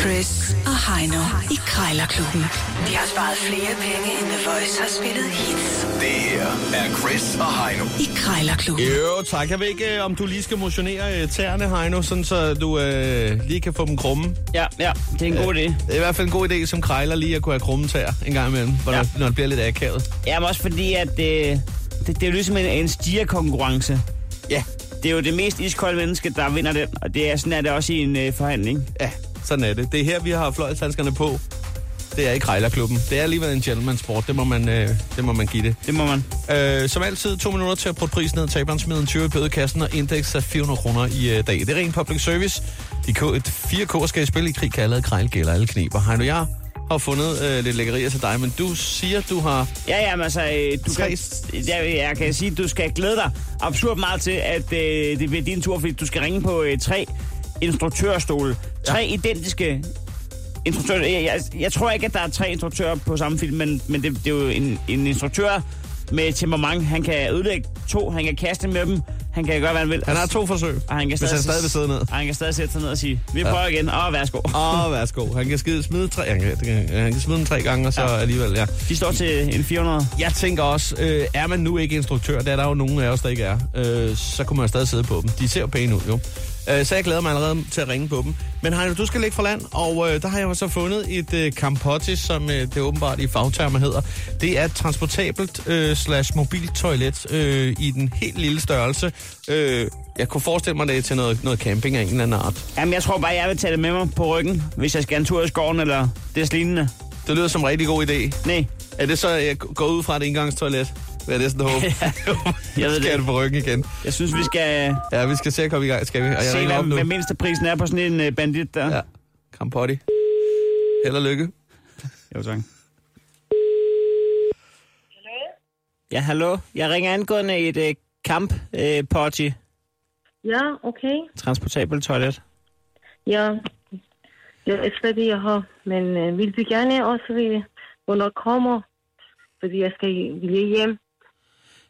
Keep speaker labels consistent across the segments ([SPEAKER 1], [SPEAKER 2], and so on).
[SPEAKER 1] Chris og Heino i Krejlerklubben. De har sparet flere penge, end The Voice har spillet hits
[SPEAKER 2] Det her er Chris og Heino.
[SPEAKER 1] i Krejlerklubben.
[SPEAKER 3] Jo, tak. Jeg ved ikke, øh, om du lige skal motionere øh, tæerne, Heino, sådan så du øh, lige kan få dem krumme. Øh,
[SPEAKER 4] Ja, ja, det er en god idé.
[SPEAKER 3] Det er i hvert fald en god idé som krejler lige at kunne have krumme tæer en gang imellem, når, ja.
[SPEAKER 4] Ja.
[SPEAKER 3] når det bliver lidt akavet.
[SPEAKER 4] Ja, men også fordi, at øh, det, det er jo ligesom en, en stierkonkurrence.
[SPEAKER 3] Ja.
[SPEAKER 4] Det er jo det mest iskolde menneske, der vinder den, og det er sådan er det også i en øh, forhandling.
[SPEAKER 3] Ja, sådan er det. Det er her, vi har fløjlshandskerne på. Det er i krejlerklubben. Det er alligevel en gentleman-sport. Det må man, øh, det må man give det.
[SPEAKER 4] Det må man.
[SPEAKER 3] Øh, som altid, to minutter til at putte prisen ned. Taberen smider en 20 i bødekassen, og indeks er 400 kroner i øh, dag. Det er ren public service. De K- et- fire K'er skal i spil i krig, kaldet krejl, gælder alle kniber. Heino, jeg har fundet øh, lidt lækkerier til dig, men du siger, du har...
[SPEAKER 4] Ja, ja, men altså, øh, du
[SPEAKER 3] Tre
[SPEAKER 4] kan, ja, jeg kan sige, at du skal glæde dig absurd meget til, at øh, det bliver din tur, fordi du skal ringe på øh, tre instruktørstole. Tre ja. identiske instruktører. Jeg, jeg, jeg tror ikke, at der er tre instruktører på samme film, men, men det, det er jo en, en instruktør med temperament. Han kan ødelægge to, han kan kaste med dem, han kan gøre, hvad han vil.
[SPEAKER 3] Han har to forsøg,
[SPEAKER 4] og han kan
[SPEAKER 3] hvis han stadig vil sidde ned.
[SPEAKER 4] Og han kan stadig sætte sig ned og sige, vi prøver igen, og værsgo.
[SPEAKER 3] Åh, værsgo. Han kan skide, smide tre, han kan, han kan- han kan smide den tre gange, og så ja.
[SPEAKER 4] Ja.
[SPEAKER 3] alligevel, ja.
[SPEAKER 4] De står til en 400.
[SPEAKER 3] Jeg tænker også, øh, er man nu ikke instruktør, det er der jo nogen af os, der ikke er, øh, så kunne man jo stadig sidde på dem. De ser jo pæne ud, jo. Øh, så jeg glæder mig allerede til at ringe på dem. Men Heino, du skal ligge for land, og øh, der har jeg jo så fundet et øh, Campottis, som øh, det åbenbart i fagtermer hedder. Det er et transportabelt øh, slash mobilt toilet øh, i den helt lille størrelse. Øh, jeg kunne forestille mig det er til noget, noget camping af en eller anden art.
[SPEAKER 4] Jamen, jeg tror bare, jeg vil tage det med mig på ryggen, hvis jeg skal en tur i skoven eller det lignende.
[SPEAKER 3] Det lyder som en rigtig god idé.
[SPEAKER 4] Nej,
[SPEAKER 3] Er det så, jeg går ud fra et engangstoilet? Hvad er det sådan, håbe?
[SPEAKER 4] Jeg ved det
[SPEAKER 3] Skal jeg det på ryggen igen?
[SPEAKER 4] jeg synes, vi skal
[SPEAKER 3] Ja, vi skal se at komme i gang, skal vi? Og jeg
[SPEAKER 4] se,
[SPEAKER 3] ringer
[SPEAKER 4] hvad,
[SPEAKER 3] op nu.
[SPEAKER 4] hvad mindsteprisen er på sådan en øh, bandit der.
[SPEAKER 3] Ja, Campotti. Held og lykke.
[SPEAKER 4] Jo, tak. Ja, hallo. Jeg ringer angående et øh, camp øh, potty
[SPEAKER 5] Ja, okay.
[SPEAKER 4] transportabel toilet.
[SPEAKER 5] Ja, jeg ved ikke, hvad det jeg har, men øh, vil du gerne også vide, hvornår kommer? Fordi jeg skal lige hjem.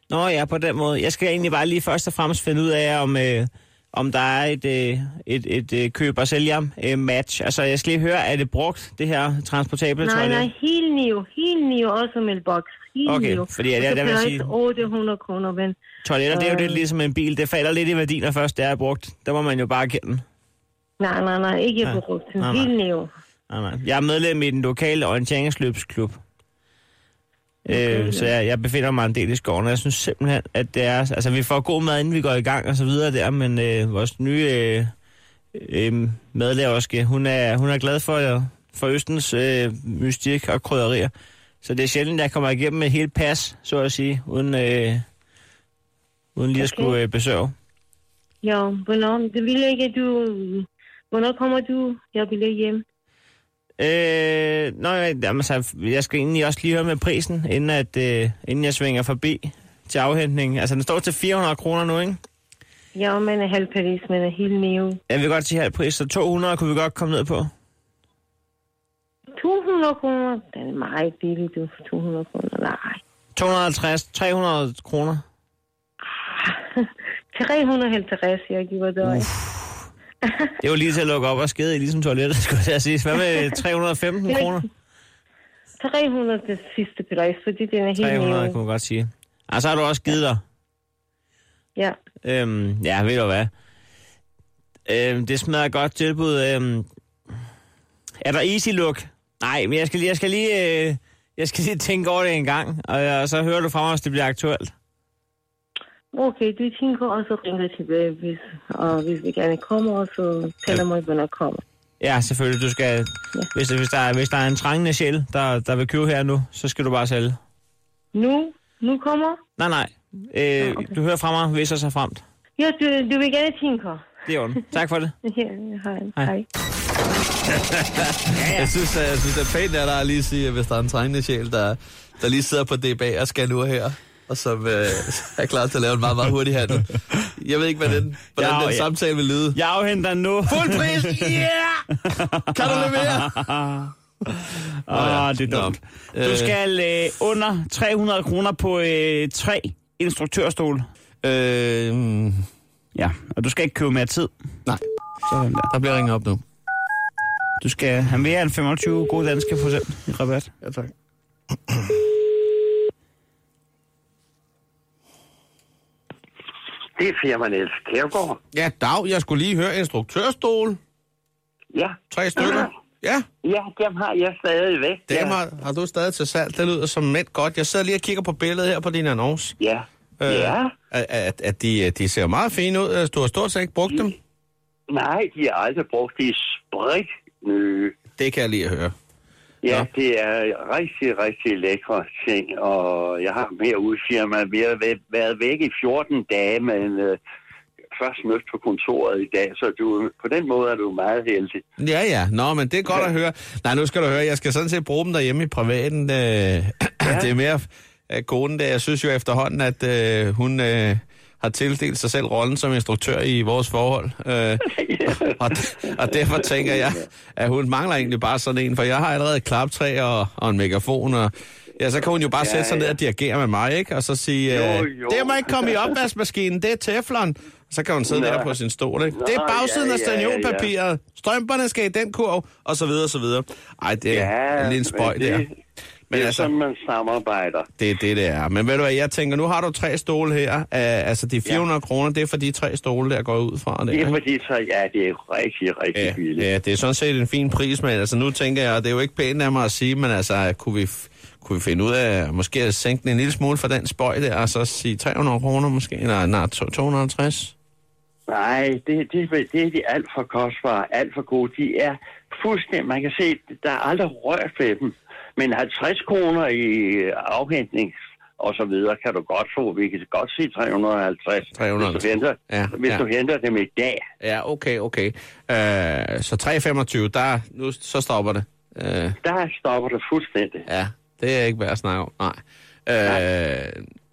[SPEAKER 4] Nå ja, på den måde. Jeg skal egentlig bare lige først og fremmest finde ud af, om, øh, om der er et, øh, et, et øh, køb- og sælger-match. altså, jeg skal lige høre, er det brugt, det her transportable
[SPEAKER 5] Nej,
[SPEAKER 4] toilet?
[SPEAKER 5] nej, helt new. Helt new, også med boks. Helt
[SPEAKER 4] Okay,
[SPEAKER 5] new.
[SPEAKER 4] fordi jeg-
[SPEAKER 5] Og
[SPEAKER 4] jeg-
[SPEAKER 5] så
[SPEAKER 4] jeg vil
[SPEAKER 5] bliver
[SPEAKER 4] sige-
[SPEAKER 5] det 800 kroner, men
[SPEAKER 4] Toiletter, det er jo lidt
[SPEAKER 5] Øh.
[SPEAKER 4] ligesom en bil. Det falder lidt i værdi, når først det er brugt. Der må man jo bare kende.
[SPEAKER 5] nej, nej, nej, ikke
[SPEAKER 4] Nej,
[SPEAKER 5] på brugt.
[SPEAKER 4] nej, nej.
[SPEAKER 5] Helt new.
[SPEAKER 4] Nej, nej. Jeg er medlem i den lokale orienteringsløbsklub. Okay, øh, så jeg, jeg befinder mig en del i skoven, og jeg synes simpelthen, at det er... Altså, vi får god mad, inden vi går i gang og så videre der, men øh, vores nye øh, øh, medleverske, hun er, hun er glad for, for Østens øh, mystik og krydderier. Så det er sjældent, at jeg kommer igennem med helt pas, så at sige, uden, øh, uden lige at
[SPEAKER 5] Okay.
[SPEAKER 4] skulle øh, besøge.
[SPEAKER 5] Ja, hvornår? Det vil jeg ikke, du... Hvornår kommer du? Jeg vil hjem.
[SPEAKER 4] Øh, nå, ja, jamen, så jeg skal egentlig også lige høre med prisen, inden, at, øh, inden jeg svinger forbi til afhentning. Altså, den står til 400 kroner nu, ikke?
[SPEAKER 5] Ja, men er halv Paris, men er helt new.
[SPEAKER 4] Jeg vil godt sige halv pris, så 200 kunne vi godt komme ned på.
[SPEAKER 5] 200 kroner? Den er meget billig, du. 200 kroner, nej.
[SPEAKER 4] 250, 300 kroner.
[SPEAKER 5] 350, jeg giver dig.
[SPEAKER 4] Det er jo lige til at lukke op og skede i, ligesom toilettet, skulle jeg til at sige. Hvad med 315 kroner?
[SPEAKER 5] 300 det sidste pris, fordi den er helt
[SPEAKER 4] 300
[SPEAKER 5] ny.
[SPEAKER 4] kunne man godt sige. Og så har du også givet dig.
[SPEAKER 5] Ja.
[SPEAKER 4] Øhm, ja, ved du hvad? Øhm, det smager et godt tilbud. Øhm, er der easy look? Nej, men jeg skal lige, jeg skal lige, øh, jeg skal lige tænke over det en gang, og, øh, og så hører du fra mig, hvis det bliver aktuelt.
[SPEAKER 5] Okay, du tænker også at ringe tilbage, hvis, og hvis vi gerne kommer, og så tæller mig, hvornår kommer.
[SPEAKER 4] Ja, selvfølgelig, du skal,
[SPEAKER 5] Ja.
[SPEAKER 4] hvis, hvis, der, er, hvis der er en trængende sjæl, der, der vil købe her nu, så skal du bare sælge.
[SPEAKER 5] Nu? Nu kommer?
[SPEAKER 4] Nej, nej, øh, okay. du hører fra mig, hvis jeg så fremt.
[SPEAKER 5] Ja, du, du vil gerne tænke.
[SPEAKER 4] Det er ondt. Tak for det.
[SPEAKER 5] Ja, hej.
[SPEAKER 4] Hej.
[SPEAKER 5] hej.
[SPEAKER 3] Jeg synes, at, jeg synes, det er pænt af dig at lige sige, at hvis der er en trængende sjæl, der, der lige sidder på det bag og skal nu her, og som øh, er klar til at lave en meget, meget hurtig handel. Jeg ved ikke, hvordan den, hvordan
[SPEAKER 4] Ja,
[SPEAKER 3] den
[SPEAKER 4] ja.
[SPEAKER 3] samtale vil lyde.
[SPEAKER 4] Jeg afhenter nu.
[SPEAKER 3] Fuld pris! Yeah! Kan du levere?
[SPEAKER 4] Åh, det
[SPEAKER 3] Nå.
[SPEAKER 4] er dumt.
[SPEAKER 3] Øh.
[SPEAKER 4] Du skal øh, under 300 kroner på øh, tre instruktørstole.
[SPEAKER 3] Øh, mm,
[SPEAKER 4] Ja, og du skal ikke købe mere tid.
[SPEAKER 3] nej,
[SPEAKER 4] Sådan der.
[SPEAKER 3] der bliver ringet op nu.
[SPEAKER 4] Du skal, han vil have en 25 god danske procent i rabat.
[SPEAKER 3] Ja, tak.
[SPEAKER 6] Det er firma Niels Kærgaard.
[SPEAKER 3] Ja, Dag, jeg skulle lige høre instruktørstol.
[SPEAKER 6] Ja,
[SPEAKER 3] Tre stykker. Ja,
[SPEAKER 6] ja, dem har jeg stadigvæk.
[SPEAKER 3] dem
[SPEAKER 6] ja.
[SPEAKER 3] har, har du stadig til salg. Det lyder som mænd godt. Jeg sidder lige og kigger på billedet her på din annonce.
[SPEAKER 6] Ja. Øh. ja.
[SPEAKER 3] At, at, at de, de ser meget fine ud. Øh, Du har stort set ikke brugt dem.
[SPEAKER 6] Nej, de har aldrig brugt de sprit nye.
[SPEAKER 3] Det kan jeg lige høre.
[SPEAKER 6] Ja,
[SPEAKER 3] Nå.
[SPEAKER 6] ja, det er rigtig, rigtig lækre ting, og jeg har mere udfirma. Vi har væ- været væk i 14 dage, men øh, først mødt på kontoret i dag, så du, på den måde er du meget heldig.
[SPEAKER 3] Ja, ja. Nå, men det er godt at høre. Nej, nu skal du høre, jeg skal sådan set bruge dem derhjemme i privaten. Øh, ja. Det er mere øh, konen der. Jeg synes jo efterhånden, at øh, hun øh, har tildelt sig selv rollen som instruktør i vores forhold. Øh, og, og derfor tænker jeg, at hun mangler egentlig bare sådan en, for jeg har allerede et klaptræ og, og en megafon, og ja, så kan hun jo bare ja, sætte sig ned og dirigere med mig, ikke? Og så sige, øh,
[SPEAKER 6] Jo, jo.
[SPEAKER 3] det må ikke komme i opvaskemaskinen, det er teflon. Så kan hun sidde
[SPEAKER 6] Nå.
[SPEAKER 3] der på sin stol, ikke?
[SPEAKER 6] Nå,
[SPEAKER 3] det er bagsiden
[SPEAKER 6] ja,
[SPEAKER 3] af
[SPEAKER 6] ja, ja, ja.
[SPEAKER 3] stanionpapiret. Strømperne skal i den kurv, og så videre, og så videre. Ej, det er ja, lige en spøj
[SPEAKER 6] men
[SPEAKER 3] der.
[SPEAKER 6] Det,
[SPEAKER 3] Men
[SPEAKER 6] det er
[SPEAKER 3] altså-
[SPEAKER 6] altså... sådan, man samarbejder.
[SPEAKER 3] Det er det, det er. Men ved du hvad, jeg tænker, nu har du tre stole her. Uh, altså, de 400 ja. kroner, det er for de tre stole, der går ud fra. Der.
[SPEAKER 6] Det
[SPEAKER 3] ikke?
[SPEAKER 6] er fordi, så ja, det er rigtig, rigtig
[SPEAKER 3] Ja,
[SPEAKER 6] billigt.
[SPEAKER 3] ja, det er sådan set en fin pris, men altså nu tænker jeg, og det er jo ikke pænt af mig at sige, men altså, kunne vi, f- kunne vi finde ud af måske at sænke den en lille smule for den spøj der, og så sige 300 kroner måske, eller nej, to- 250?
[SPEAKER 6] Nej, det, det, det, det er de alt for kostbare, alt for gode. De er fuldstændig, man kan se, der er aldrig rørt ved dem. Men 50 kroner i afhentning og så videre kan du godt få. Vi kan godt sige 350,
[SPEAKER 3] 300.
[SPEAKER 6] hvis du henter,
[SPEAKER 3] Ja,
[SPEAKER 6] ja, hvis
[SPEAKER 3] ja.
[SPEAKER 6] ja. du henter dem i dag.
[SPEAKER 3] Ja, okay, okay. Øh, så 325, der, nu, så stopper det. Øh,
[SPEAKER 6] Der stopper det fuldstændig.
[SPEAKER 3] ja, det er ikke værd at snakke om, nej. Øh,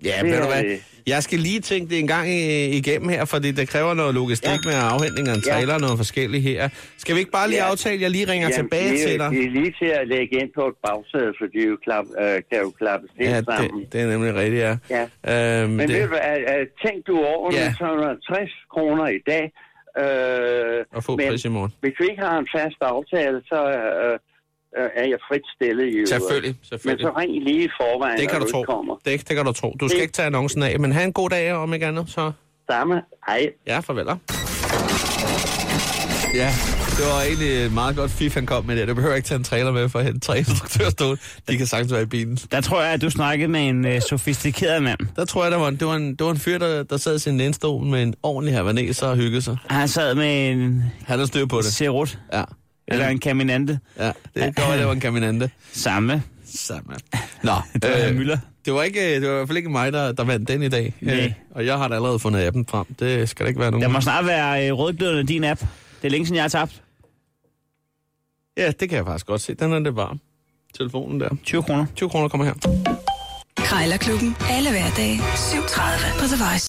[SPEAKER 3] ja,
[SPEAKER 6] Det
[SPEAKER 3] ved du
[SPEAKER 6] er
[SPEAKER 3] hvad,
[SPEAKER 6] det.
[SPEAKER 3] jeg skal lige tænke det en gang i- igennem her, fordi det kræver noget logistik ja.
[SPEAKER 6] Ja.
[SPEAKER 3] med afhængning af en
[SPEAKER 6] Ja.
[SPEAKER 3] trailer og noget forskelligt her. Skal vi ikke bare lige
[SPEAKER 6] Ja.
[SPEAKER 3] aftale, at jeg lige ringer tilbage
[SPEAKER 6] det, er
[SPEAKER 3] til
[SPEAKER 6] jo-
[SPEAKER 3] dig?
[SPEAKER 6] det er lige til at lægge ind på et bagsæde, for de jo klap, øh, kan jo klappe det
[SPEAKER 3] Ja,
[SPEAKER 6] sammen.
[SPEAKER 3] det, det er nemlig rigtigt, ja.
[SPEAKER 6] Ja.
[SPEAKER 3] Øhm,
[SPEAKER 6] Men
[SPEAKER 3] det,
[SPEAKER 6] det... ved du, at, at tænk du over
[SPEAKER 3] Ja.
[SPEAKER 6] ja. 360 kroner i dag. Øh,
[SPEAKER 3] Og få
[SPEAKER 6] men
[SPEAKER 3] pris i morgen.
[SPEAKER 6] Hvis vi ikke har en fast aftale, så øh, øh, er jeg frit stillet i øvrigt.
[SPEAKER 3] Selvfølgelig, selvfølgelig.
[SPEAKER 6] Men så ring lige i forvejen,
[SPEAKER 3] det kan
[SPEAKER 6] når
[SPEAKER 3] du tro.
[SPEAKER 6] ikke kommer.
[SPEAKER 3] Det, det kan du tro. Du skal
[SPEAKER 6] Det-
[SPEAKER 3] ikke tage annoncen af, men have en god dag, om ikke andet, så...
[SPEAKER 6] Samme. Hej.
[SPEAKER 3] Ja, farvel. da. Ja, det var egentlig et meget godt fif, han kom med det. Du behøver ikke tage en trailer med for at hente tre instruktørstol. De kan sagtens være i bilen.
[SPEAKER 4] Der tror jeg, at du snakkede med en øh, sofistikeret mand.
[SPEAKER 3] Der tror jeg, der var en, det, var en, det var en fyr, der, der sad i sin lænestol med en ordentlig havaneser og hyggede sig.
[SPEAKER 4] Han sad med en
[SPEAKER 3] Han har styr på det.
[SPEAKER 4] serut,
[SPEAKER 3] Ja,
[SPEAKER 4] eller en kaminante.
[SPEAKER 3] ja det kan være, det var en kaminante.
[SPEAKER 4] Samme.
[SPEAKER 3] Samme. Nå,
[SPEAKER 4] Det var
[SPEAKER 3] Øh.
[SPEAKER 4] Herr Müller.
[SPEAKER 3] det var, ikke, øh, det var i hvert fald ikke mig, der, der vandt den i dag. Øh,
[SPEAKER 4] Nej.
[SPEAKER 3] og jeg har da allerede fundet appen frem. Det skal der ikke være nogen.
[SPEAKER 4] Der må snart være øh, rødglødende i din app. Det er længe siden, jeg har tabt.
[SPEAKER 3] Ja, det kan jeg faktisk godt se. Den er lidt varm. Telefonen der.
[SPEAKER 4] 20 kroner.
[SPEAKER 3] 20 kroner kommer her.
[SPEAKER 1] Krejlerklubben. Alle hverdage. 7.30 på The Voice.